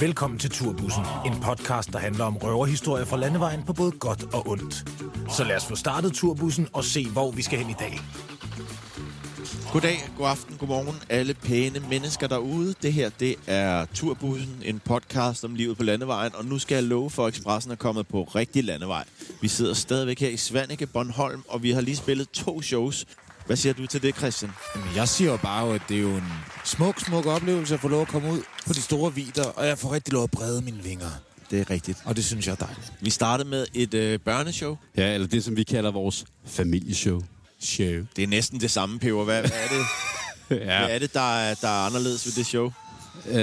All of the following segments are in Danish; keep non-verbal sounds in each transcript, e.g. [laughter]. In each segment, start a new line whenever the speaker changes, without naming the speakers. Velkommen til Turbussen, en podcast, der handler om røverhistorier fra landevejen på både godt og ondt. Så lad os få startet Turbussen og se, hvor vi skal hen i dag.
Goddag, god aften, god morgen, alle pæne mennesker derude. Det her, det er Turbussen, en podcast om livet på landevejen, og nu skal jeg love for, at Expressen er kommet på rigtig landevej. Vi sidder stadigvæk her i Svanike, Bornholm, og vi har lige spillet to shows. Hvad siger du til det, Christian?
Jamen, jeg siger jo bare, at det er jo en smuk, smuk oplevelse at få lov at komme ud på de store vider, og jeg får rigtig lov at brede mine vinger.
Det er rigtigt.
Og det synes jeg er dejligt.
Vi startede med et øh, børneshow.
Ja, eller det, som vi kalder vores familieshow.
Show.
Det er næsten det samme, Peber. Hvad, hvad er
[laughs]
det, ja. hvad er det der, er, der er anderledes ved det show?
Øh,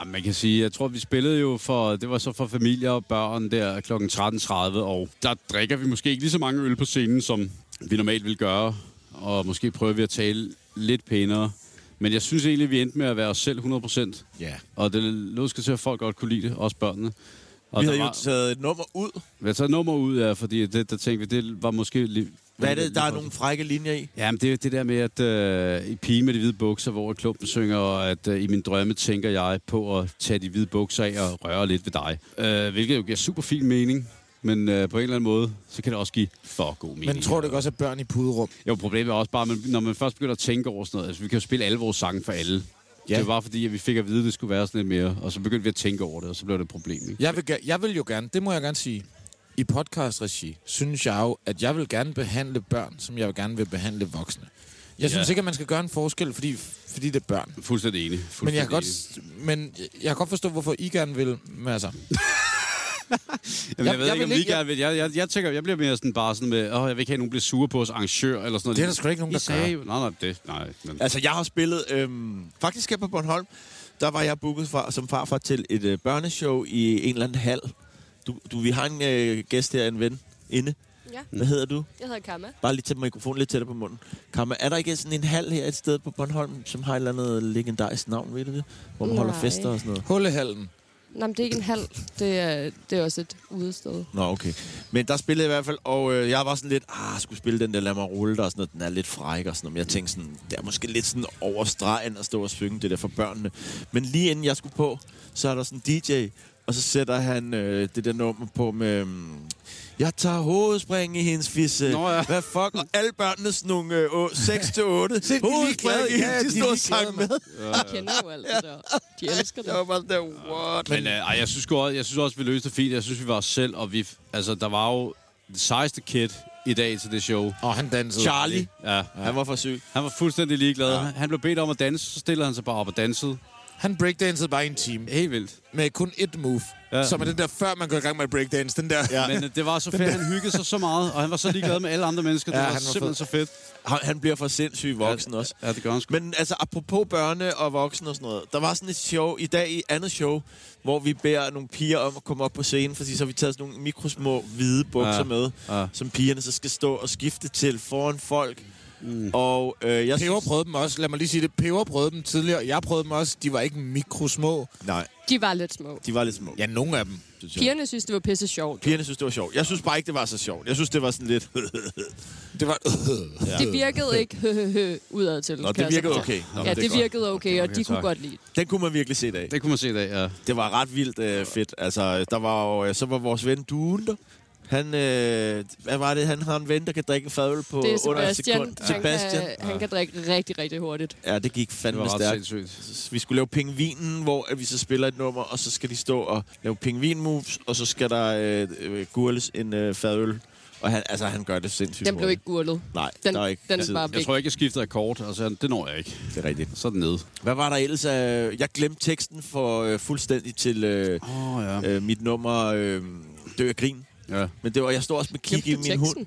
ah, man kan sige, jeg tror, vi spillede jo for, det var så for familier og børn der kl. 13.30, og der drikker vi måske ikke lige så mange øl på scenen, som vi normalt ville gøre, og måske prøver vi at tale lidt pænere. Men jeg synes egentlig, vi endte med at være os selv 100%,
Ja.
og det lød skal til, at folk godt kunne lide det, også børnene. Og
Vi
der
havde jo
var,
taget et nummer ud.
vi har taget nummer ud af, fordi det, der tænkte vi, det var måske... Lige,
Hvad er det, der er nogle frække linjer i?
Jamen, det er jo det der med, at øh, i pige med de hvide bukser, hvor klumpen synger, og at øh, i min drømme tænker jeg på at tage de hvide bukser af og røre lidt ved dig. Øh, hvilket jo giver super fin mening, men øh, på en eller anden måde, så kan det også give for god mening.
Men tror du ikke også, at børn i puderum?
Jo, problemet er også bare, at når man først begynder at tænke over sådan noget, altså vi kan jo spille alle vores sange for alle. Ja. Det var bare fordi, at vi fik at vide, at det skulle være sådan lidt mere, og så begyndte vi at tænke over det, og så blev det et problem. Ikke?
Jeg vil, ge- jeg vil jo gerne, det må jeg gerne sige, i podcastregi, synes jeg jo, at jeg vil gerne behandle børn, som jeg vil gerne vil behandle voksne. Jeg synes
Ja.
ikke, at man skal gøre en forskel, fordi, fordi det er børn.
Fuldstændig enig.
Men
Fuldstændig
jeg, kan godt,
enig.
s- men jeg kan godt forstå, hvorfor I gerne vil. Men altså,
Jamen, jeg,
Jeg-
jeg, ved
jeg
ikke, om
vil
vi
ikke-
gerne vil. Jeg, jeg, jeg, tænker, jeg bliver mere sådan bare sådan med, åh, jeg vil ikke have, at nogen bliver sure på os arrangør, eller sådan noget.
Det er der sgu ikke nogen,
I
der
sagde
gør.
jo- Nej, nej, det, nej. Men,
Altså, jeg har spillet... Øhm, faktisk her på Bornholm, der var jeg booket for, som farfar til et øh, børneshow i en eller anden hal. Du, du, vi har en øh, gæst her, en ven inde.
Ja,
Hvad hedder du?
jeg hedder Kamma.
Bare lige til mikrofonen lidt tættere på munden. Kamma, er der ikke sådan en hal her et sted på Bornholm, som har et eller andet legendarisk navn, ved du det? Hvor man holder
Nej.
fester og sådan noget.
hullehallen.
Nej, men det er ikke en halv. Det er, det er også et udested.
Nå, okay. Men der spillede jeg i hvert fald, og øh, jeg var sådan lidt, ah, skulle spille den der Lad mig rulle der, og sådan noget. Den er lidt fræk og sådan noget. Men jeg tænkte sådan, det er måske lidt sådan over stregen at stå og synge det der for børnene. Men lige inden jeg skulle på, så er der sådan en DJ, og så sætter han øh, det der nummer på med... øhm, Jeg tager hovedspring i hendes fisse.
Nå ja.
Hvad fuck? Og alle børnene sådan nogle øh, 6-8. Hovedspring i
ligeglade. Ja,
hendes, de
de er
stod og
ligeglade,
sang med.
mand.
De kender jo alt det der. De elsker det.
Jeg var bare sådan der, what?
men øh, ej, jeg synes, også, jeg synes også, vi løste det fint. Jeg synes, vi var os selv, og vi, altså, der var jo det sejeste kid i dag til det show.
Og han dansede.
Charlie,
Ja,
han var for syg.
han var fuldstændig ligeglad. Ja. Han blev bedt om at danse, så stillede han sig bare op og dansede.
Han breakdansede bare i en time.
Helt vildt.
med kun et move.
Ja.
Ja. Som er den der, før man går i gang med breakdance. Den der.
Ja.
Men øh, det var så fedt, han hyggede sig så meget, og han var så ligeglad med alle andre
[laughs]
mennesker. Det
Ja,
ja, var,
han var
simpelthen så fedt.
Han, han bliver for sindssyg voksen også.
Ja, det gør han sgu.
Men altså, apropos børne og voksne og sådan noget. Der var sådan et show i dag i andet show, hvor vi beder nogle piger om at komme op på scenen, fordi så har vi taget sådan nogle mikrosmå hvide bukser
Ja,
ja. med,
ja.
ja. som pigerne så skal stå og skifte til foran folk. Mm. Og øh, jeg
Peber
synes...
prøvede dem også. Lad mig lige sige det. Peber prøvede dem tidligere. Jeg prøvede dem også. De var ikke mikrosmå.
Nej,
De var lidt små.
de var lidt små. Ja.
Ja, nogle af dem.
Pigerne synes, det var pisse sjovt.
Pigerne synes, det var sjovt. Jeg synes bare ikke, det var så sjovt. Jeg synes, det var sådan lidt... [laughs]
Det var...
Det virkede ikke udad til.
Nå, det virkede okay. Nå,
Ja,
men
det
er godt.
virkede okay, og de kunne godt lide. det.
Den kunne man virkelig se i dag.
Det kunne man se i dag, ja.
Det var ret vildt øh, fedt. Altså, der var jo, øh, så var vores ven Duen der. Han, øh, hvad var det? Han har en ven, der kan drikke en fadøl på
Det er
under en sekund.
Sebastian.
Sebastian.
Han kan, han kan drikke rigtig, rigtig hurtigt.
Ja, det gik
Det
fandme
var ret
stærkt.
sindssygt.
Vi skulle lave pingvinen, hvor at vi så spiller et nummer, og så skal de stå og lave pingvin-moves, og så skal der øh, øh, gurles en øh, fadøl. Og han, altså, han gør det sindssygt
Den blev
hurtigt.
ikke gurlet.
Nej,
Den,
der er ikke
den
tid.
var
Jeg
væk.
tror ikke, jeg skiftede akkord. Altså, det når jeg ikke.
Det er rigtigt.
Så er den nede.
Hvad var der ellers? af- Jeg glemte teksten for øh, fuldstændig til øh,
Åh, oh, ja.
øh, mit nummer øh, Dør af Grin.
ja.
Men det var, jeg stod også med kig
Glemte
i
du
min hund.
teksten?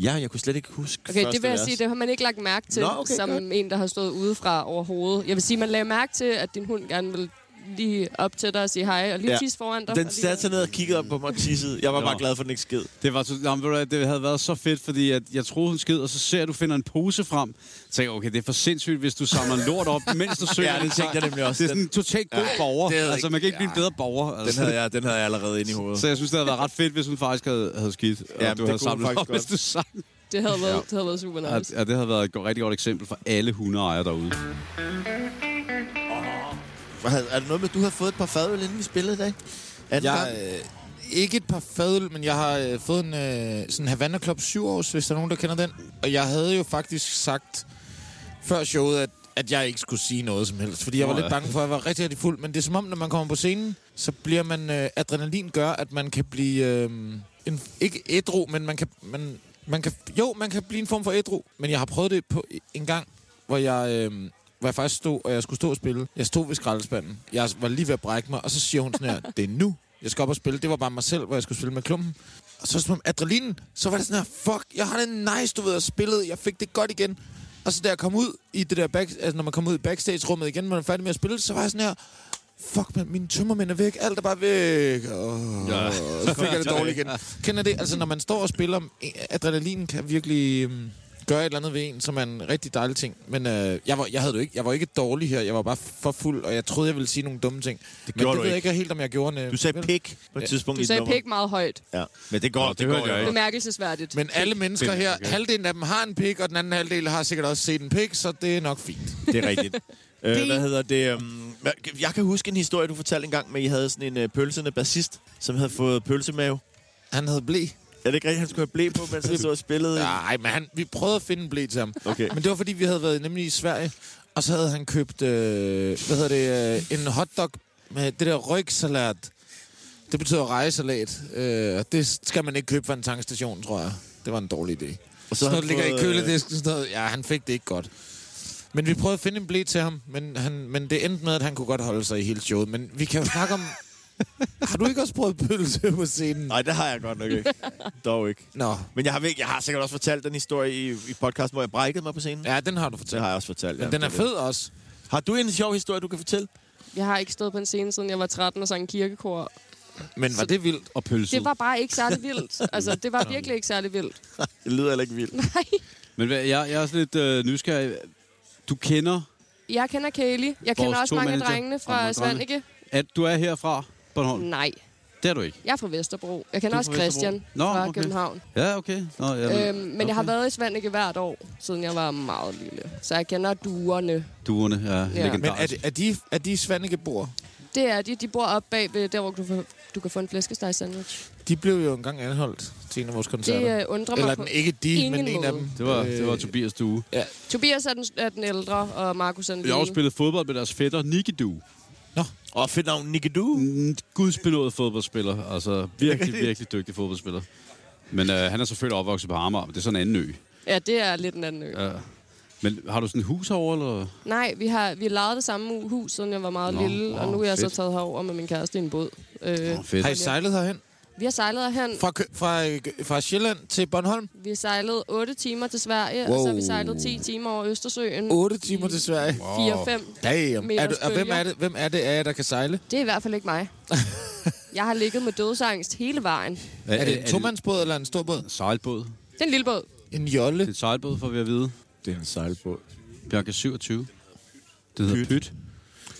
Ja, jeg kunne slet ikke huske
Okay,
første
det vil jeg
vers.
sige, det har man ikke lagt mærke til,
Nå, okay,
som
godt.
en, der har stået udefra overhovedet. Jeg vil sige, man lagde mærke til, at din hund gerne vil lige op til dig og sige hej, og lige
Ja.
ja. tisse foran dig.
Den
og lige-
satte sig ned og kiggede op på mig og tissede. Jeg var
Nå.
bare glad for, at den ikke sked.
Det, var så, jamen, ved du hvad, det havde været så fedt, fordi at jeg troede, hun sked, og så ser jeg, at du finder en pose frem. Jeg tænker, okay, det er for sindssygt, hvis du samler lort
[laughs]
op, mens du søger.
det tænkte jeg nemlig også.
Det er sådan en totalt god ja, borger.
det havde
altså,
ikke-
man kan ikke blive en bedre borger.
Den
Altså.
havde jeg, den havde jeg allerede inde i hovedet.
[laughs] Så jeg synes, det havde været ret fedt, hvis hun faktisk havde, havde skidt, og
Ja,
ja,
det
du
kunne hun
havde samlet
faktisk
op, hvis
godt.
du sang.
Det havde været, det havde været super nice.
Ja, det havde været et go- rigtig godt eksempel for alle hundeejere derude.
Har- Er det noget med, at du har fået et par fadøl, inden vi spillede i dag? Anden
Jeg,
gang?
øh, ikke et par fadøl, men jeg har øh, fået en øh, sådan Havana Club 7 års, hvis der er nogen, der kender den. Og jeg havde jo faktisk sagt før showet, at, at jeg ikke skulle sige noget som helst. Fordi jeg var
Nå,
lidt
ja.
bange for, at jeg var rigtig, rigtig fuld. Men det er som om, når man kommer på scenen, så bliver man... Øh, adrenalin gør, at man kan blive... Øh, en, ikke ædru, men man kan, man, man kan... Jo, man kan blive en form for ædru. Men jeg har prøvet det på en gang, hvor jeg... Øh, hvor jeg faktisk stod, og jeg skulle stå og spille. Jeg stod ved skraldespanden. Jeg var lige ved at brække mig, og så siger hun sådan her, det er nu, jeg skal op og spille. Det var bare mig selv, hvor jeg skulle spille med klumpen. Og så som adrenalin, så var det sådan her, fuck, jeg har det nice, du ved, at spillet. Jeg fik det godt igen. Og så da jeg kom ud i det der back, altså når man kom ud i backstage-rummet igen, når man var færdig med at spille, så var jeg sådan her, fuck, man, mine tømmermænd er væk, alt er bare væk. Oh,
Ja.
ja. Så fik jeg det dårligt igen. Kender det? Altså, når man står og spiller, adrenalin kan virkelig øhm, gøre et eller andet ved en, som er en rigtig dejlig ting. Men øh, jeg, var, jeg, havde det jo ikke, jeg var ikke dårlig her, jeg var bare for fuld, og jeg troede, jeg ville sige nogle dumme ting. Det Men
gjorde
det
du
ved jeg
ikke.
ikke helt, om jeg gjorde. øh,
Du sagde
vel?
pik på et tidspunkt
Du
i
sagde
nummer.
pik meget højt.
Ja, men det går,
Nå,
det,
det
går
hørte jeg
jo.
ikke.
Bemærkelsesværdigt.
Men alle mennesker
Det er
her,
okay.
halvdelen af dem har en pik, og den anden halvdel har sikkert også set en pik, så det er nok fint.
Det er rigtigt. [laughs] øh, hvad hedder det? Um, jeg kan huske en historie, du fortalte engang med, at I havde sådan en uh, pølsende bassist, som havde fået pølsemave.
Han havde blæ.
Er det ikke rigtigt, han skulle have blæ på, mens [laughs] han stod og spillede?
Nej, men han, vi prøvede at finde en blæ til ham.
Okay.
Men det var, fordi vi havde været nemlig i Sverige, og så havde han købt, øh, hvad hedder det, øh, en hotdog med det der rygsalat. Det betyder rejsalat, øh, og det skal man ikke købe fra en tankstation, tror jeg. Det var en dårlig idé.
Og
Så sådan
har
noget
han
ligger i
fået, øh,
køledisken. Sådan noget. Ja, han fik det ikke godt. Men vi prøvede at finde en blæ til ham, men, han, men det endte med, at han kunne godt holde sig i hele showet. Men vi kan jo snakke om...
[laughs]
har du ikke også prøvet pølse på scenen?
Nej, det har jeg godt nok [laughs] ikke. Dog ikke.
Nå.
Men jeg har, virkelig- jeg har sikkert også fortalt den historie i, i podcasten, hvor jeg brækkede mig på scenen.
Ja, den har du
Det
fortalt.
har jeg også fortalt. ja.
Men den er
Det det.
fed også.
Har du en sjov historie, du kan fortælle?
Jeg har ikke stået på en scene, siden jeg var 13 og sang kirkekor.
Men var
Så-
det vildt?
Og pølset.
Det var bare ikke særlig
[laughs]
vildt. Altså, det var virkelig ikke særlig vildt. [laughs]
Det lyder heller ikke vildt.
Nej.
Men hvad- jeg, jeg er sådan lidt øh, nysgerrig. Du kender,
Jeg kender Kaylee. Jeg kender
Vores
også mange af
tourmanager
drengene
og
fra
mange drenge.
Svanike.
at du er herfra, Bornholm.
Nej,
Det er du ikke.
jeg er fra Vesterbro. Jeg
Du
kender
er
også
fra Vesterbro.
Christian
Nå,
fra
okay.
København.
Ja, okay. Nå, jeg ved-
Øhm, men okay. jeg har været i Svanike hvert år, siden jeg var meget lille. Så jeg kender duerne.
Duerne er ja.
Men er,
legendarisk.
det- er de, er de svanikeborger?
Det er de. De bor oppe bag ved der, hvor du, får- du kan få en flæskesteg sandwich.
De blev jo engang anholdt til en af vores koncerter.
Det øh, undrer mig
Eller
på.
den, ikke de,
ingen
men en
måde.
af dem.
Det var, det var
Øh,
Tobias Due.
Tobias er den, er den ældre, og Markus er den
Jeg har
lille.
også spillet fodbold med deres fætter, Nicky Due.
Og fedt navn, Nicky Du.
En Gudsbenået fodboldspiller. Altså
[laughs]
virkelig, virkelig dygtig fodboldspiller. Men øh, han er selvfølgelig opvokset på Amager, men det er sådan en anden ø.
Ja, det er lidt en anden ø. Ja.
Ja. Men har du sådan et hus herovre, eller?
Nej, vi har vi lejede det samme hus, siden jeg var meget
Nå,
lille, og
wow,
nu er jeg
fedt.
så taget herover med min kæreste i en båd. Øh,
Nå, fedt.
Har I sejlet herhen?
vi har sejlet herhen.
Fra, Kø- fra, øh, fra Sjælland til Bornholm?
Vi har sejlet 8 timer til Sverige, wow. og så har vi sejlet 10 timer over Østersøen.
8 timer til Sverige.
4-5.
Damn. Er du,
Meters
og hvem
bølger.
er, det, hvem er det af jer, der kan sejle?
Det er i hvert fald ikke
[laughs]
mig. Jeg har ligget med dødsangst hele vejen. Det
Er det en tomandsbåd eller en stor båd?
en sejlbåd?
er en lille båd.
En
Det er
jolle?
et sejlbåd, får vi at vide.
Det er en sejlbåd.
Bjarke 27. Det hedder
Pyt.
Pyt. Pyt.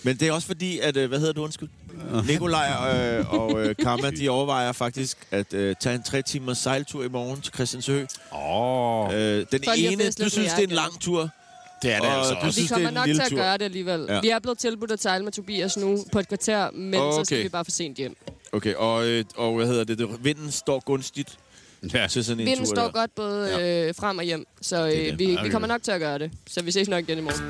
Men det er også fordi, at, øh, hvad hedder du,
[laughs]
undskyld? Nikolaj øh, og øh, Karma, de overvejer faktisk at øh, tage en tre timers sejltur i morgen til Christiansø.
Åh.
Øh, den
For lige at
ene,
feste
du
lidt med
synes,
jer
det er en
igen.
lang tur.
Det er det
Og
altså
du
Vi
synes, det er
kommer
en
nok
lille
til at
tur.
gøre det alligevel.
Ja.
Ja. Vi er blevet tilbudt at sejle med Tobias nu på et kvarter, men okay. så
Okay.
skal vi bare for sent hjem.
Okay, og, øh, og hvad hedder det, det? Vinden står gunstigt
Ja,
til sådan en
Vinden
tur.
står
der.
godt både øh, frem og hjem, så
Det er det.
øh, vi,
Ja,
vi
okay.
kommer nok til at gøre det. Så vi ses nok igen i morgen.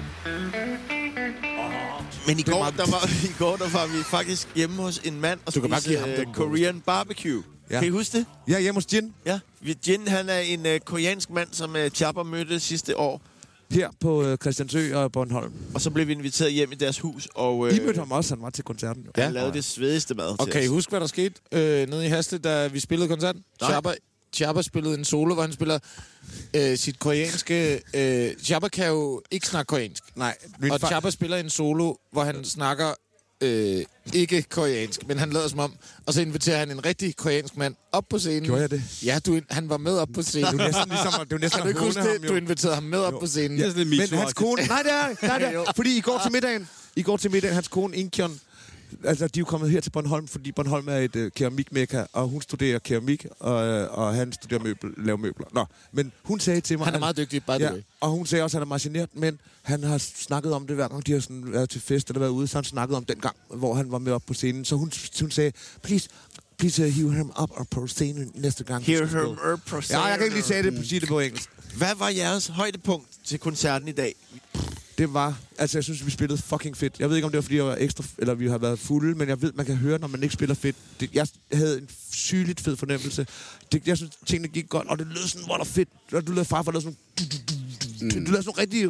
Men i går, der var, i går der var vi faktisk hjemme hos en mand og
Du kan bare
spiste
give ham
øh,
den bonus.
Korean barbecue. Ja.
Ja.
Kan I huske det?
Jeg er hjemme hos Jin
Ja. Vi- Jin, han er en øh, koreansk mand, som øh, Chapper mødte sidste år.
her på øh, Christiansø og Bornholm.
Og så blev vi inviteret hjem i deres hus, og øh,
I mødte ham også, han var til koncerten. Jo.
han lavede det svedigste mad
Og kan I
til os.
huske, hvad der skete øh, nede i Hasle, da vi spillede koncert? Chapa, Chapa spillede en solo, hvor han spiller øh, sit koreanske... Øh, Chapa kan jo ikke snakke koreansk.
Nej, min
og
far-
Chapa spiller en solo, hvor han snakker øh, ikke koreansk, men han lader som om. Og så inviterer han en rigtig koreansk mand op på scenen.
Gjorde jeg det?
Ja, du, han var med op på scenen.
Det er jo næsten ligesom, at- det er jo
Kan
næsten
du
at
ikke
håne
huske
ham,
det?
jo.
Du inviterede ham med op på scenen.
det er sådan lidt
Men hans
MeToo-agtigt.
kone... Nej, det er, nej, det er. Fordi i går til middagen, i går til middagen hans kone Inkion, Altså, de er jo kommet her til Bornholm, fordi Bornholm er et øh, keramikmekka, og hun studerer keramik, og, øh, og han studerer møbel, laver møbler. Nå, men hun sagde til mig...
Han er meget dygtig, by the
ja,
way.
og hun sagde også, at han er meget genert, men han har snakket om det hver gang, de har sådan været til fest eller været ude, så har han snakket om den gang, hvor han var med op på scenen. Så hun, hun sagde, please, please uh, hive ham op og på scenen næste gang. du
Hear
skal
him
spille."
er på
Ja, jeg kan ikke lige
scenen.
sige det, sige det på engelsk.
Hvad var jeres højdepunkt til koncerten i dag?
Det var... Altså, jeg synes, vi spillede fucking fedt. Jeg ved ikke, om det var, fordi jeg var ekstra... Eller vi har været fulde, men jeg ved, man kan høre, når man ikke spiller fedt. Det, jeg havde en sygeligt fed fornemmelse. Det, jeg synes, tingene gik godt, og det lød sådan, hvor der fedt. Og du lød farfar, lød sådan... Det lød sådan rigtig...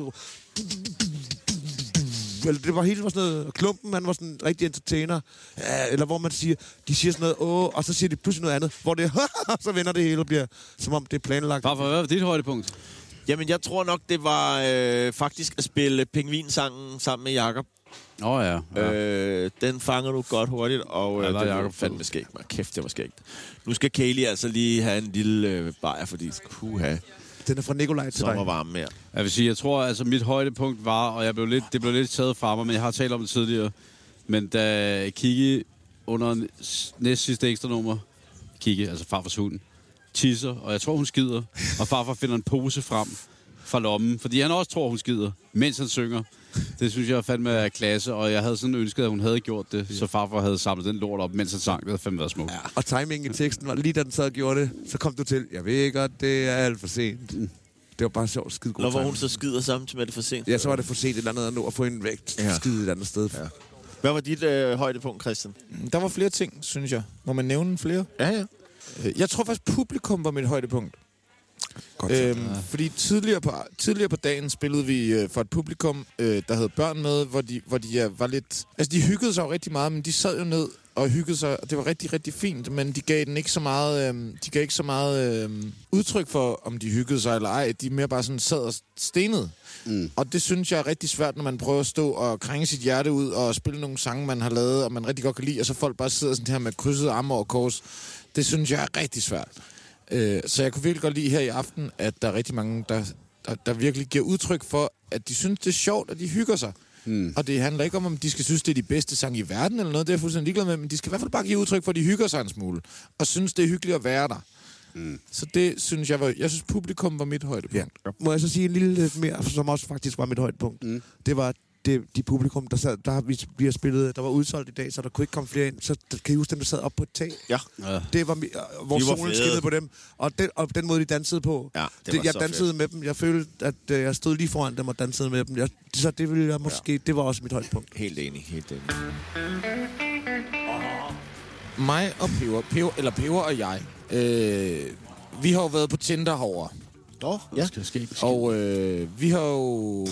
Eller det var helt var sådan noget... Klumpen, han var sådan en rigtig entertainer. Ja, Eller hvor man siger... De siger sådan noget, åh, og så siger de pludselig noget andet. Hvor det [laughs] er, så vender det hele og bliver... Som om det er planlagt.
Farfar, hvad var dit højdepunkt?
Jamen, jeg tror nok, det var øh, faktisk at spille pingvinsangen sammen med Jakob.
Åh oh, ja. ja. Øh,
Øh, den fanger du godt hurtigt, og
Ja,
øh,
der er
ja, den er
Jacob
fandme skægt. Man. Kæft, det var skægt. Nu skal Kaylee altså lige have en lille øh, bajer, fordi puha,
Den er fra Nikolaj til dig.
sommervarme mere.
jeg vil sige, jeg tror, altså mit højdepunkt var, og jeg blev lidt, det blev lidt taget fra mig, men jeg har talt om det tidligere, men da Kiki under næst- næst sidste ekstra nummer, Kiki, altså farfars hunden, tisser, og jeg tror, hun skider, og farfar finder en pose frem fra lommen, fordi han også tror, hun skider, mens han synger. Det synes jeg fandme er klasse, og jeg havde sådan ønsket, at hun havde gjort det, så farfar havde samlet den lort op, mens han sang. Det havde fandme været smukt. Ja.
Og timingen i teksten var lige da den sad og gjorde det, så kom du til, jeg ved godt, det er alt for sent. Det var bare sjovt, skide god
Når hvor
timing.
hun så skider samtidig med det for sent.
Ja, så var det for sent et eller andet at nå at få en vægt ja.
Ja.
skide et andet sted. Ja.
Hvad var dit øh, højdepunkt, Christian?
Der var flere ting, synes jeg. Må man nævne flere?
Ja, ja.
Øh, Jeg tror faktisk, publikum var mit højdepunkt.
Godt
Øhm, fordi tidligere på, tidligere på dagen spillede vi øh, for et publikum, øh, der havde børn med, hvor de, hvor de ja, var lidt... Altså, de hyggede sig jo rigtig meget, men de sad jo ned og hyggede sig, og det var rigtig, rigtig fint, men de gav den ikke så meget, øh, de gav ikke så meget øh, udtryk for, om de hyggede sig eller ej. De mere bare sådan sad og stenede. Mm. Og det synes jeg er rigtig svært, når man prøver at stå og krænge sit hjerte ud og spille nogle sange, man har lavet, og man rigtig godt kan lide, og så folk bare sidder sådan her med krydsede arme over kors. Det synes jeg er rigtig svært. Øh, så jeg kunne virkelig godt lide her i aften, at der er rigtig mange, der, der, der virkelig giver udtryk for, at de synes, det er sjovt, og de hygger sig. Mm. Og det handler ikke om, om de skal synes, det er de bedste sange i verden eller noget, det er jeg fuldstændig ligeglad med, men de skal i hvert fald bare give udtryk for, at de hygger sig en smule, og synes, det er hyggeligt at være der. Mm. Så det synes jeg var... Jeg synes, publikum var mit højdepunkt.
Ja. Må jeg så sige en lille lidt mere, som også faktisk var mit højdepunkt. Mm. Det var det, de publikum, der sad, der har vi, vi har spillet, der var udsolgt i dag, så der kunne ikke komme flere ind. Så der, kan I huske dem, der sad op på et tag?
Ja.
Det var, mi- øh, hvor
De var
solen
fede.
skinnede på dem, og den, og den måde, de dansede på.
Ja, det var
jeg
så
dansede med dem. Jeg følte, at øh, jeg stod lige foran dem og dansede med dem. Jeg, så det ville jeg måske, ja. det var også mit højdepunkt.
Helt enig, helt enig.
Mig og Peber, Peber eller Peber og jeg, øh, vi har jo været på Tinder herovre.
Nå, ja.
Og øh, vi har jo...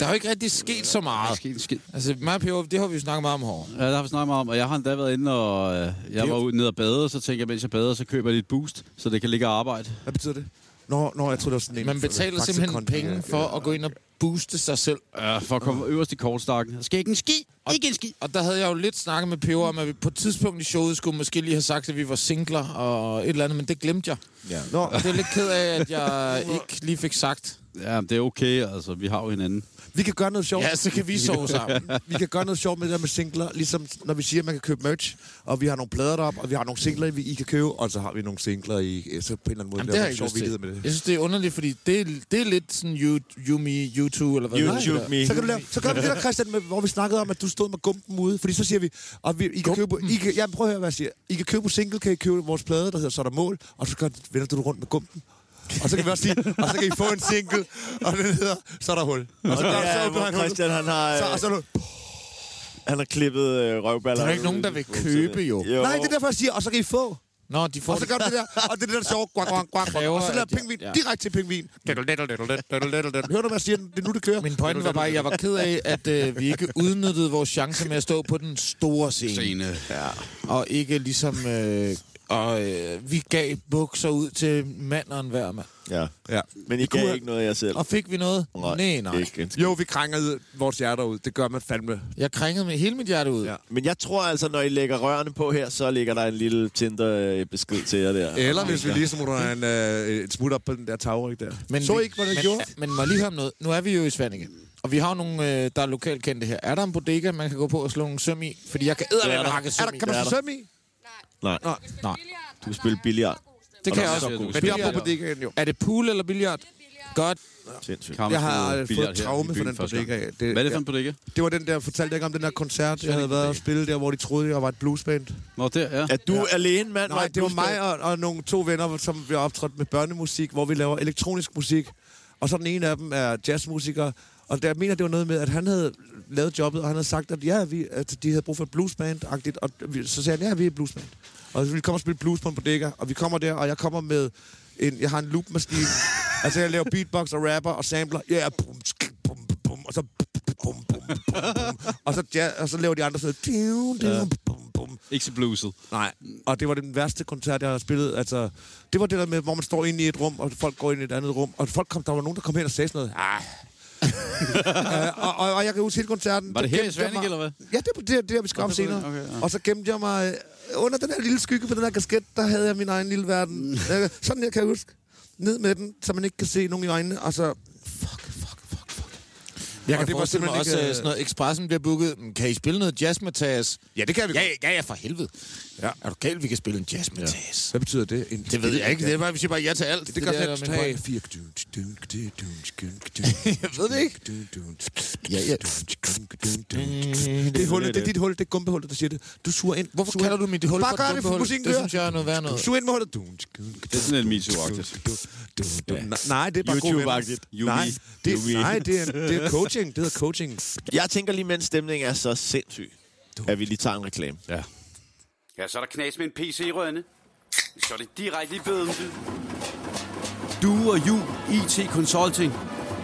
Der er jo ikke rigtig sket så meget.
Sket en skid.
Altså, mig og Peber, det har vi jo snakket meget om herovre.
Ja, der har vi snakket meget om, og jeg har endda været inde, og øh, jeg var ude ned og bade, og så tænker jeg, mens jeg bader, så køber jeg lidt boost, så det kan ligge og arbejde.
Hvad betyder det? Nå, nå, jeg tror det var sådan en...
Man betaler
Faxe
simpelthen
konto.
penge for at gå ind og booste sig selv.
Ja, for at komme øverst i kortstakken. Skal ikke en ski? Ikke en ski!
Og der havde jeg jo lidt snakket med Peber om, at vi på et tidspunkt i showet skulle måske lige have sagt, at vi var singler og et eller andet, men det glemte jeg.
Nå,
Og det er lidt ked af, at jeg ikke lige fik sagt.
Ja, men det er okay, altså, vi har jo hinanden.
vi kan gøre noget sjovt.
Ja, så kan vi sove sammen.
Vi kan gøre noget sjovt med det der med singler, ligesom når vi siger, at man kan købe merch, og vi har nogle plader derop, og vi har nogle singler, vi, I kan købe, og så har vi nogle singler, I, så på en eller anden måde
Jamen, det har jeg ikke
en sjov
lyst til.
vildhed med det.
Jeg synes, det er underligt, fordi det er, det er lidt sådan you, you me, you too, eller hvad
You
det hedder.
juke me.
Så, kan du lave, så gør vi [laughs] det der, Christian, med, hvor vi snakkede om, at du stod med gumpen ude. Fordi så siger vi, og vi, I kan købe... I kan, jamen, prøv at høre, hvad jeg siger. I kan købe på single, kan I købe vores plade, der hedder Så er der mål, og så gør, vender du det rundt med gumpen. Og så kan vi også sige, og så kan I få en single, og den hedder Så er der hul. Og så
Og
gør du
det
så
er,
op,
hvor Christian, han har,
så, og så, er
øh,
du-
han har klippet øh, røvballer.
Der er jo ikke nogen, der vil købe, jo.
jo.
Nej, det er derfor, jeg siger, og så kan I få.
Nå, de får
Og så gør du det der, og det er det, der er sjovt. Guak, guak, guak, guak.
kræver,
Og så lader
at jeg-
pingvin
ja.
direkte til pingvin. Hører du, hvad jeg siger? Det er nu, det [laughs] kører.
Min pointe var bare, at jeg var ked af, at øh, vi ikke udnyttede vores chance med at stå på den store scene.
Scene.
Ja. Og ikke ligesom... Øh, og øh, vi gav bukser ud til mand og enhver mand.
Ja.
Ja.
Men I gav ikke noget af jer selv.
Og fik vi noget? nej. nej.
Ikke.
Jo, vi krængede vores hjerter ud. Det gør man fandme.
Jeg krængede med hele mit hjerte ud. Ja.
Ja.
Men jeg tror altså, når I lægger rørene på her, så ligger der en lille Tinder-besked til jer der.
Eller hvis vi lige smutter en, øh, et smut op på den der tagryg der.
Men
så
vi-
ikke, hvad det
men,
gjorde?
Men må jeg lige høre om noget. Nu er vi jo i Svanike. Og vi har jo nogle, øh, der er lokalt kendte her. Er der en bodega, man kan gå på og slå nogle søm i? Fordi jeg kan
Det er
eddermame
der.
hakke
Er
søm
der,
i.
kan man så sømme i?
Nej,
Nå,
Nej,
du kan spille billiard.
det kan
Og
jeg
der
også.
er så god
Men
Men vi er
billiard-
på bodegaen jo.
Er det pool eller billiard? Godt.
Sindssygt.
Kampen
Jeg har,
spillede
øh,
billiard
fået
her
traume
i byen
for den
første gang.
bodega. Det-
Hvad er det for
ja.
en bodega?
Det var den der, fortalte jeg ikke om den der koncert, jeg havde været og spille der, hvor de troede, jeg var et bluesband.
Nå, der, ja.
Er du alene, mand?
Nej, det var mig og, og nogle to venner, som vi har optrådt med børnemusik, hvor vi laver elektronisk musik. Og så den ene af dem er jazzmusiker. Og der jeg mener, det var noget med, at han havde lavet jobbet, og han havde sagt, at, ja, vi, at de havde brug for et bluesband-agtigt. Og vi, så sagde han, ja, vi er et bluesband. Og vi kommer og spille blues på en bodega, og vi kommer der, og jeg kommer med en... Jeg har en loopmaskine. altså, jeg laver beatbox og rapper og sampler. Ja, yeah, bum, sk, bum, bum, og så... Bum, bum, bum, bum, og, så ja, og så laver de andre sådan... Dum, dum, bum, bum.
Ikke så bluset.
Nej. Og det var den værste koncert, jeg har spillet. Altså, det var det der med, hvor man står inde i et rum, og folk går ind i et andet rum. Og folk kom, der var nogen, der kom hen og sagde sådan noget. Ah. øh, og, og, og, jeg kan huske hele koncerten.
Var det
så
her i
gemte jeg
Svaneke,
mig-
eller hvad?
Ja, det, det, det, det har vi skabt
Okay,
senere.
okay,
Okay,
ja.
ja. Og så gemte jeg mig øh, under den her lille skygge på den her kasket, der havde jeg min egen lille verden. Øh, sådan jeg kan huske. Ned med den, så man ikke kan se nogen i øjnene. Og så, fuck, fuck, fuck, fuck.
Jeg
Og
kan
det var
forestille mig
simpelthen
også,
ikke,
øh, sådan noget, Expressen bliver booket. Mm, Kan I spille noget jazz, Mathias? Ja, det kan vi ja, ja, ja, for helvede. Ja. Er du galt, vi kan spille en jazz, Mathias? Ja.
Hvad betyder det? En,
Det ved jeg ikke. Det er bare, vi siger bare ja til alt.
Det, det gør
der er
sådan
min
tre,
point.
fire. [laughs]
Jeg ved det ikke.
Ja, ja. Det er, hullet, det er dit hul, det er gumpehullet, der siger det. Du suger ind.
Hvorfor
suger
kalder du
ind.
mit hul
Bare
for et
gør det, for
dumpehul?
musikken
Det
kører.
synes jeg er noget værd noget.
Sug ind med hullet.
Det er sådan lidt MeToo-agtigt.
Nej, det er bare god
YouTube-agtigt.
venner. Nej, det
Yumi.
er, nej, det er, det er coaching. Det hedder
[laughs]
coaching.
Jeg tænker lige, mens stemningen er så sindssyg, at vi lige tager en reklame.
Ja.
Ja, så er der knas med en PC i rødene. Så er det direkte i bøden.
Du og Ju IT Consulting.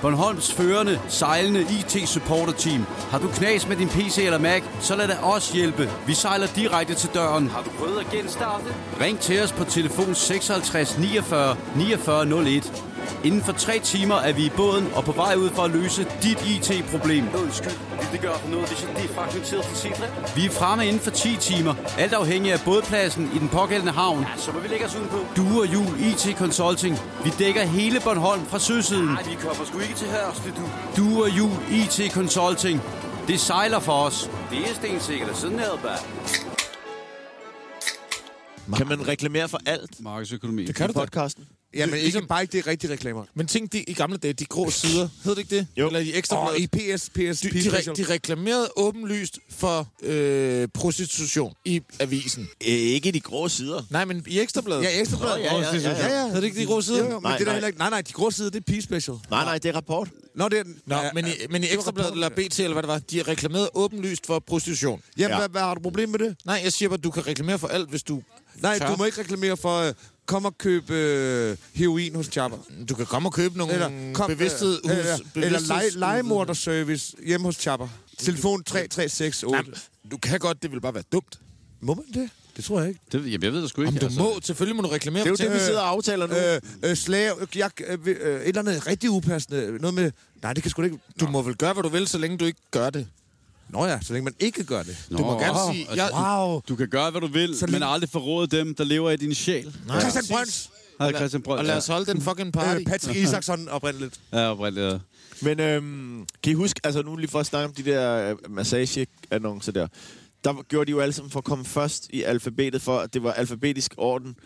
Bornholms førende, sejlende IT-supporter team. Har du knas med din PC eller Mac, så lad da os hjælpe. Vi sejler direkte til døren.
Har du prøvet at genstarte?
Ring til os på telefon 56 49 49 01. Inden for tre timer er vi i båden og på vej ud for at løse dit IT-problem.
Undskyld, vil det gøre for noget, hvis jeg defragmenterer til Citra?
Vi er fremme inden for 10 timer, alt afhængig af bådpladsen i den pågældende havn.
Ja, så må vi lægge os udenpå.
Du og Jul IT Consulting. Vi dækker hele Bornholm fra søsiden.
Nej, vi kommer sgu ikke til Hørsle, du.
Du og Jul IT Consulting. Det sejler for os.
Det er stensikkert, og sådan er det bare.
Kan man reklamere for alt
Markedsøkonomi.
Det kan
i
du da.
podcasten?
Ja, men ikke, Ligesom bare ikke det er rigtige reklamer.
Men tænk, de, i gamle dage, de grå sider, hed det ikke det?
Jo.
Eller de ekstra
Og
blade.
i PS, PS,
de, de, re- de reklamerede åbenlyst for øh, prostitution i avisen.
Øh, ikke i de grå sider.
Nej, men i Ekstrabladet.
Ja, ekstra blad.
Nå, ja, ja, ja, ja.
ja, ja.
Havde det ikke de grå sider?
Jo, jo, men
Nej,
nej, det er der
nej.
heller ikke. Nej, nej, de grå sider, det er P-special.
Nej, nej, det er rapport.
Nå, det er...
Nå, ja, men i, men i
det var
Ekstrabladet eller
rapporten.
BT, eller hvad det var, de reklamerede åbenlyst for prostitution.
Jamen,
Ja.
ja. hvad, hvad, har du problem med det?
Nej, jeg siger bare, du kan reklamere for alt, hvis du...
Nej,
tør.
du må ikke reklamere for... Øh, kom og køb øh, heroin hos Chapper.
Du kan komme og købe nogle
Eller, kom,
Mm, bevidsthed...
øh, eller, eller lege,
bevidstheds-
legemorderservice hjemme hos Chapper. Telefon 3368.
Jamen, Du kan godt, det vil bare være dumt.
Må man det? Øh, Det tror jeg ikke.
Det, jamen, jeg ved det sgu ikke. altså.
Jamen, du må, selvfølgelig må du reklamere
Altså, Det er
for
jo det,
ting.
vi sidder og aftaler nu.
Øh, øh, slag, øh, jeg, øh, vil- øh, et eller andet rigtig upassende. Noget med... Nej, det kan sgu da ikke...
Du må vel gøre, hvad du vil, så længe du ikke gør det.
Nå ja, så længe man ikke gør det.
Nå,
Du må gerne sige...
altså,
Jeg,
Wow.
Du kan gøre, hvad du vil,
Så
men
længe-
aldrig forråde dem, der lever i din sjæl.
Nej,
Christian
præcis.
Brøns,
Har Christian Brønd.
Og lad os holde den fucking party.
øh, Patrick Isaksson oprindeligt.
Ja, oprindeligt. ja.
Men øhm, kan I huske, altså nu lige for at snakke om de der øh, massageannoncer der, der gjorde de jo alle sammen for at komme først i alfabetet, for at det var alfabetisk orden.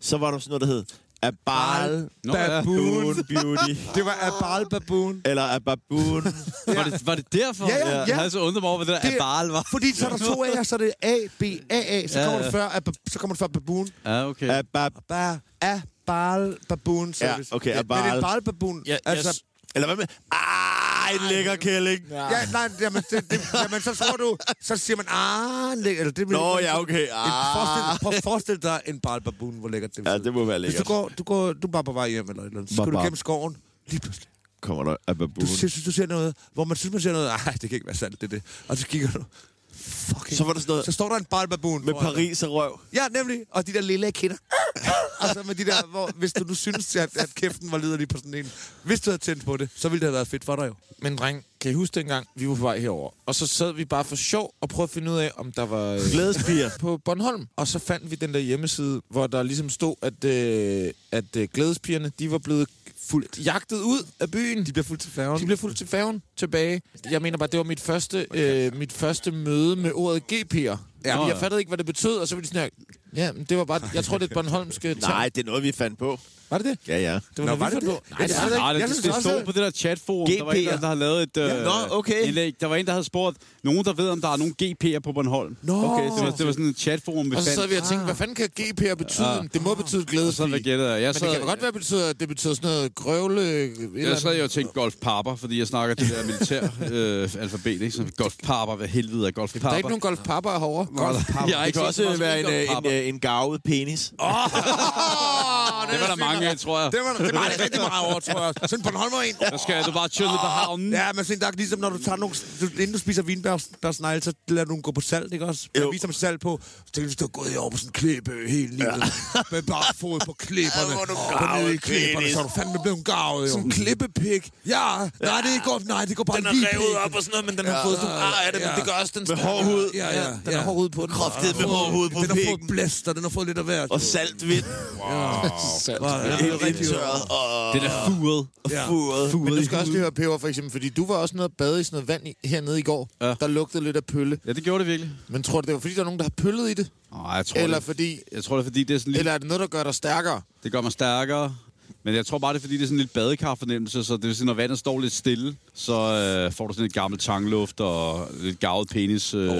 Så var der sådan noget, der hed Abal
Nå, ja.
Baboon Beauty.
Det var Abal Baboon.
Eller
[laughs]
Ababoon.
Var, det, var det derfor?
Ja, ja, ja.
Jeg havde så undret mig over, hvad det der
Det-
abal var.
Fordi så er der
[laughs]
to A'er, så er det A, B, A, A. Så
Ja,
kommer
ja.
det før, ab- så kommer det før baboon.
Ja, okay.
Abab.
Ba, A, bal, baboon service.
Ja, okay,
Men
abal.
en bal baboon.
Ja,
altså,
Eller hvad med? Ah, en lækker kælling.
ja. nej, jamen, det, det, jamen, så tror du, så siger man, ah, læ- eller det vil-
Nå, ja, okay.
En,
Ah.
forestil, prøv, forestil dig en bal baboon, hvor lækkert det vil
Ja,
sidde.
det må være
Hvis du
lækkert.
går, du går, du er bare på vej hjem eller et eller andet, så skal du
Babar.
gennem skoven, lige pludselig.
Kommer der
Du
Ababoon.
ser, synes, du ser noget, hvor man synes, man ser noget, nej, det kan ikke være sandt, det er det. Og så kigger du, fucking...
Så var der sådan noget
så står der en bal baboon.
med
foran dig.
Paris og røv.
Ja, nemlig. Og de der lille kinder. altså med de der, hvor, hvis du nu synes, at, at kæften var liderlig på sådan en. Hvis du havde tændt på det, så ville det have været fedt for dig jo.
Men dreng, kan I huske dengang, vi var på vej herover, og så sad vi bare for sjov og prøvede at finde ud af, om der var... Øh,
[laughs]
Glædespiger.
på Bornholm, og så fandt vi den der hjemmeside, hvor der ligesom stod, at, øh, at øh, glædespigerne, de var blevet
fuldt.
jagtet ud af byen.
De bliver fuldt til færgen.
De blev fuldt til færgen tilbage. Jeg mener bare, det var mit første, øh, mit første møde med ordet GP'er.
Ja.
Ja. Jeg fattede ikke, hvad det betød, og så var de sådan her... Ja, men det var bare... Jeg tror, det er et Bornholmsk øh, term.
Nej, det er noget, vi fandt på.
Var det det?
Ja, ja.
Det var Nå, noget, vi fandt på. Nej, det var det ikke.
Nej, det, det, det stod på det der chatforum. Der var en, der,
GP'er.
der havde lavet et øh,
Nå, okay.
indlæg. Der var en, der havde spurgt, nogen der ved, om der er nogen GP'er på Bornholm.
Nå.
Okay, det, var, det var sådan et chatforum, vi
Og så
fandt.
sad vi og tænkte, hvad fanden kan GP'er betyde? Det må betyde
Så
glædespige.
hvad gættede jeg? Jeg
Men det kan
sad,
da godt være, at det betyder, at det betyder sådan noget grøvle... øh, et eller
jeg sad
andet.
jo og tænkte golfpapper, fordi jeg snakker det der militær øh, alfabet, ikke? Så golfpapper, hvad helvede er golfpapper?
Der er ikke nogen golfpapper herovre. Golfpapper.
[laughs]
Jeg det kan også øh, være en, øh, en,
papper. [laughs]
øh, en garvet penis.
Det var der mange af, tror jeg.
Det var det var det rigtig meget over, tror jeg. Sådan på en holmer en.
Der skal du bare chille på havnen.
Ja, men sådan, der er ligesom, når du tager nogle, du, inden du spiser vinbærsnegle, så lader du dem gå på salt, ikke også? Jo.
Jo.
Jeg viser dem salt på, så tænker du, du har gået over på sådan en klippe hele livet. Ja. Med bare fod på klipperne.
Hvor er du
på nede i
garvet,
klipperne,
Dennis.
så er du fandme blevet garvet, jo. Sådan en klippepik. Ja, nej, det går, nej, det går bare lige pikken.
og sådan noget, men den har fået sådan ar af det, men det gør også den
Med hård hud.
Ja, ja, ja.
Den har hård hud på den.
Kraftet med hård hud på
Den har fået
pikken.
blæster, den har fået lidt af hvert.
Og salt vind. Helt indtørret. Og
Det er da furet.
Ja.
furet.
Men du skal også lige høre peber, for eksempel, fordi du var også nede og bade i sådan noget vand i, hernede i går.
Ja.
Der lugtede lidt af pølle.
Ja, det gjorde det virkelig.
Men tror du, det var fordi, der er nogen, der har pøllet i det?
Nej, jeg tror,
Eller
Eller... det,
fordi...
jeg tror, det er, fordi det er sådan lidt,
Eller er det noget, der gør dig stærkere?
det gør mig stærkere. Men jeg tror bare, det er, fordi det er sådan lidt badekarfornemmelse, så det vil sige, når vandet står lidt stille, så øh, får du sådan lidt gammel tangluft og lidt gavet penis. Øh. Oh.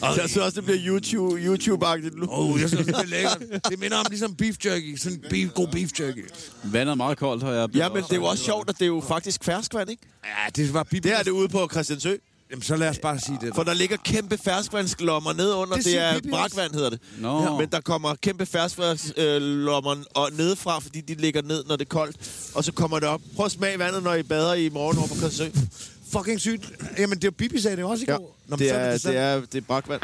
Jeg synes også, det bliver YouTube, YouTube-agtigt nu.
Åh, oh, jeg synes, det er lækkert. Det minder om ligesom beef jerky. Sådan en beef, god beef jerky.
Vandet er meget koldt, og jeg
Ja, men det er jo også sjovt, at det er jo faktisk ferskvand, ikke?
Ja, det var beef.
Det er det ude på Christiansø.
Jamen, så lad os bare sige det.
For der ligger kæmpe ferskvandslommer ned under.
Det
Det,
siger
er
Pippi også.
brakvand, hedder det.
Nå.
Ja, men der kommer kæmpe ferskvandslommer og nedefra, fordi de ligger ned, når det er koldt. Og så kommer det op. Prøv at smage vandet, når I bader i morgen over på Christiansø.
Fucking sygt. Jamen, det var Bibi sagde det også i
Ja,
går. Nå, men
det,
så
er,
sandt.
det, er, det er brakvand.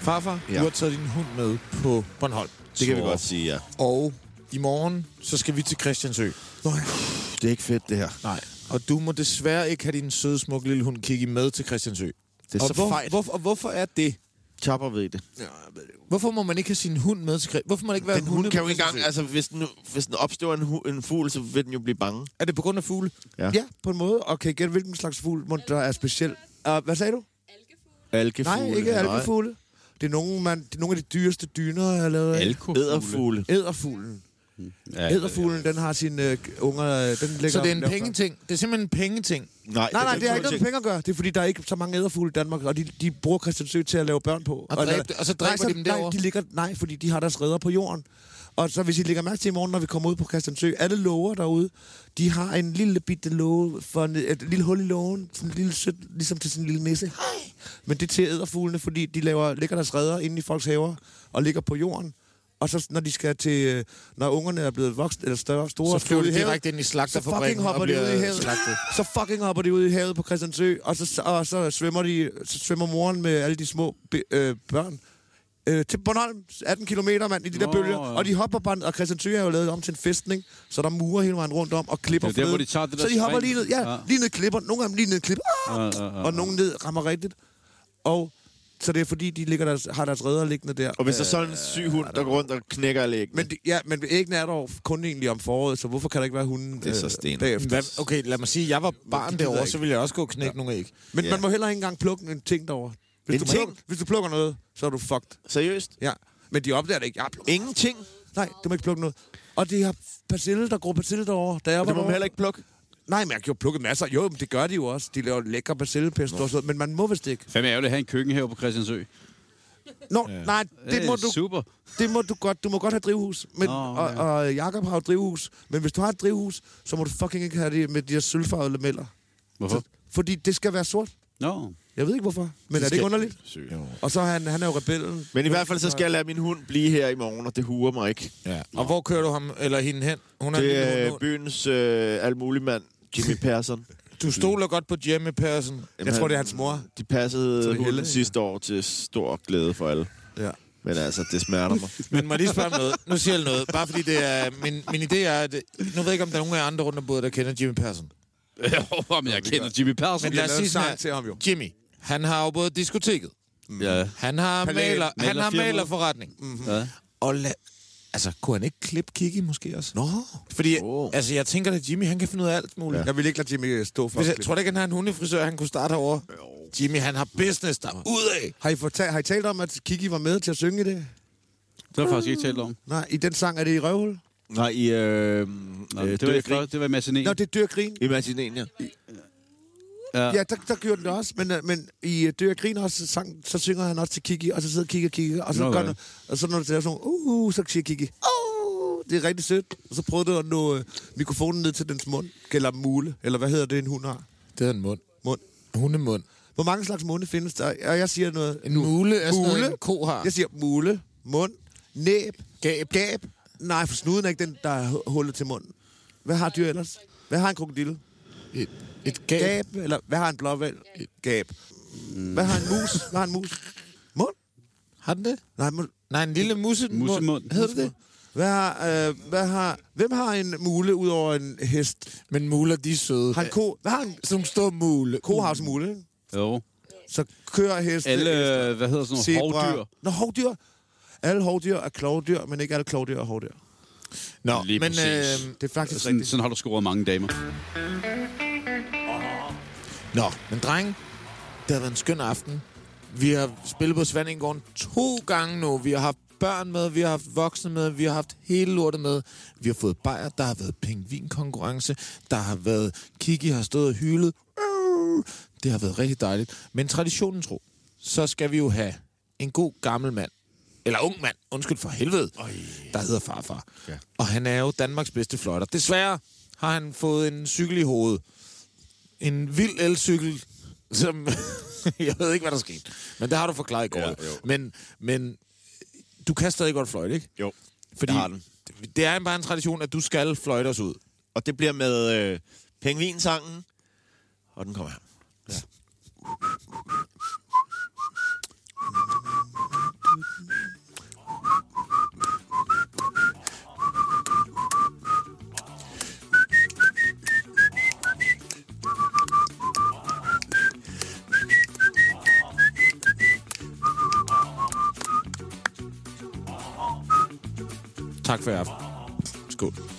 Farfar, ja.
Ja.
du har taget din hund med på Bornholm.
Det kan vi godt sige, ja.
Og i morgen, så skal vi til Christiansø.
Det er ikke fedt, det her.
Nej. Og du må desværre ikke have din søde, smukke lille hund Kiki med til Christiansø.
Det er
og
så
hvor,
fejt.
Hvor, og hvorfor er det?
Chopper ved det.
Hvorfor må man ikke have sin hund med til Christiansø? Hvorfor må man ikke være
Den
hunde
hund
på
kan jo ikke engang...
Christiansø?
Altså, hvis den, hvis den opstår en, hu- en fugl, så vil den jo blive bange.
Er det på grund af fugle?
Ja.
Ja, på en måde. Og kan I gætte, hvilken slags fugl, mon, der er speciel? Uh, hvad sagde du?
Alkefugle.
Nej, ikke alkefugle. Det er nogle, man, det er nogle af de dyreste dyner, jeg har lavet. af.
Alkofugle.
Æderfugle.
Æderfuglen.
Mm. Ja,
Æderfuglen, den har sine øh, unger... øh, Den ligger
Så det er en pengeting. Det er simpelthen en pengeting.
Nej,
Nej, nej, det har ikke
er
noget med penge at gøre. Det er, fordi der er ikke så mange æderfugle i Danmark, og de, de bruger Christiansø til at lave børn på.
Og dræbe- og så dræber
nej,
de dem
nej,
derovre?
de ligger, nej, fordi de har deres redder på jorden. Og så hvis I lægger mærke til i morgen, når vi kommer ud på Christiansø, alle låger derude, de har en lille bitte låge, for en, et lille hul i lågen, sådan en lille sødt, ligesom til sådan en lille nisse. Hej! Men det er til æderfuglene, fordi de laver, lægger deres redder inde i folks haver og ligger på jorden. Og så når de skal til, øh, når ungerne er blevet voksne eller større, store,
Så flyver
ude
de
i havet,
direkte ind i
så fucking
slagterfabrikken
hopper
og
de ud i
bliver
havet.
slagtet.
Så fucking hopper de ud i havet på Christiansø, og så, og så, svømmer, de, så svømmer moren med alle de små be, øh, børn øh, til Bornholm, 18 km mand, i de der
Nå,
bølger.
ja.
Og de hopper bare, og Christiansø er jo lavet om til en festning, så der er murer hele vejen rundt om og klipper
Det er der, hvor
fløden.
de tager det
Så
der
de hopper
spring.
lige ned, ja,
Ja.
lige ned klipper, nogle af dem lige ned klipper, ah,
Ja, ja, ja, ja.
og nogle ned rammer rigtigt. Og så det er fordi, de ligger deres, har deres redder liggende der.
Og hvis der er sådan en syg hund, der går rundt og knækker alle æggene.
Men, de, ja, men æggene er dog kun egentlig om foråret, så hvorfor kan der ikke være hunden øh,
Det er så sten.
bagefter?
Hvad, okay, lad mig sige, jeg var barn
gider jeg
derovre,
ikke.
så ville jeg også gå og knække ja. nogle æg.
Men
Ja.
man må heller ikke engang plukke en ting derovre. Hvis,
En
du,
ting?
Plukker, hvis du plukker noget, så er du fucked.
Seriøst?
Ja. Men de opdager det ikke. Jeg plukker.
Ingenting.
Nej, du må ikke plukke noget. Og de har persille, der går persille derovre. Da jeg
Det må man
derovre-
heller ikke plukke.
Nej, men jeg har jo plukket masser. Jo, men det gør de jo også. De laver lækker persillepesto og sådan noget, Men man må vist ikke.
Fem ærgerligt at have en køkkenhave på Christiansø. Øh,
Nå, ja. nej, det må, du,
Super.
det må du godt. Du må godt have drivhus. Men,
Nå,
og,
okay.
og Jakob har jo drivhus. Men hvis du har et drivhus, så må du fucking ikke have det med de her sølvfarvede lameller.
Hvorfor?
Fordi det skal være sort.
Nå.
Jeg ved ikke hvorfor. Men er det ikke underligt?
Jo.
Og så er han, han er jo rebellen.
Men i hvert fald, så skal jeg lade min hund blive her i morgen, og det huer mig ikke.
Ja. Og hvor kører du ham eller hende hen? Hun er en
Det
lille hund
er
nu.
byens øh, almuligmand,
[laughs]
Jimmy Persson.
Du stoler godt på Jeremy Persson.
Jeg tror, det er hans mor.
De passede
Helle,
hunden
ja.
sidste år til stor glæde for alle.
Ja.
Men altså, det smerter mig.
Men må jeg lige spørge om noget? Nu siger jeg noget. Bare fordi det er... Min, min idé er, at... Nu ved jeg ikke, om der er nogen af jer andre rundt om bordet, der kender Jimmy Persson.
Jo, men jeg kender Jimmy Persson.
Men lad os sige sådan her.
sang til ham, jo.
Jimmy, han har jo både diskoteket.
[laughs] Ja.
Han har,
Palæ-
maler, han har
malerfirmaet.
malerforretning. Mm-hmm.
ja.
Og la- altså, kunne han ikke klippe Kiki måske også?
Nå.
Fordi,
Åh.
altså, jeg tænker, at Jimmy, han kan finde ud af alt muligt. Ja.
Jeg vil ikke lade Jimmy stå for
Hvis
at
jeg, tror
klippe.
du ikke, han har en hundefrisør, han kunne starte herovre? Jimmy, han har business der ud af.
Har I, fortalt, har I talt om, at Kiki var med til at synge i det?
Det har jeg faktisk ikke talt om.
Nej, i den sang er det i røvhul?
Nej, i... Øh,
Nå,
øh,
det, var,
Dør
i
Grin.
flot, det var i Massenet.
Nå, det er Dør Grin.
I Massinien, ja.
Ja.
Ja, der, der gjorde den det også, men, øh, men i øh, Dør Grin også sang, så synger han også til Kiki, og så sidder Kiki og kigger, og så,
Nå,
gør
ja.
han, og så når det er sådan, uh, uh, så siger Kiki, uh, det er rigtig sødt. Og så prøvede det at nå øh, mikrofonen ned til dens mund, eller mule, eller hvad hedder det, en hund har?
Det er en mund.
Mund.
Hundemund.
Hvor mange slags munde findes der? Og jeg siger noget.
En mule er sådan noget,
Mule.
en ko har.
Jeg siger mule, mund, næb, gab, gab. Nej, for snuden er ikke den, der er hu- hullet til munden. Hvad har dyr ellers? Hvad har en krokodille?
Et, et gab.
Gab. Eller hvad har en blåval? Gab. Hvad har en mus? Hvad har en mus? Mund?
Mm. Har den det?
Nej, mund.
Nej, en lille musse.
Musemund.
Hedder det det?
Hvad har, øh, hvad har, hvem har en mule ud over en hest?
Men muler, de er søde.
Har en ko? Hvad har en
Som står mule.
ko har også mule, ikke?
Jo.
Så kører heste.
Alle,
heste,
øh, hvad hedder sådan nogle,
zebra.
hovdyr.
Nå, hovdyr. Alle hovdyr er klovdyr, men ikke alle klovdyr er hovdyr.
Nå,
Lige
men
præcis.
øh,
Det er faktisk
Sådan,
rigtigt.
sådan har du scoret mange damer.
Nå, men dreng, det har været en skøn aften. Vi har spillet på Svandinggården to gange nu. Vi har haft børn med, vi har haft voksne med, vi har haft hele lortet med. Vi har fået bajer, der har været pingvinkonkurrence, der har været Kiki har stået og hylet. Øh, Det har været rigtig dejligt. Men traditionen tro, så skal vi jo have en god gammel mand. Eller ung mand, undskyld for helvede, Øj. der hedder farfar. Ja. Og han er jo Danmarks bedste fløjter. Desværre har han fået en cykel i hovedet en vild elcykel, som... [laughs] jeg ved ikke, hvad der skete. Men det har du forklaret i går. Ja, men, men du kan stadig godt fløjte, ikke?
Jo,
Fordi
jeg har den.
det er bare en tradition, at du skal fløjte os ud.
Og det bliver med øh, pengvinsangen. Og den kommer her.
Tak for i aften. Skål.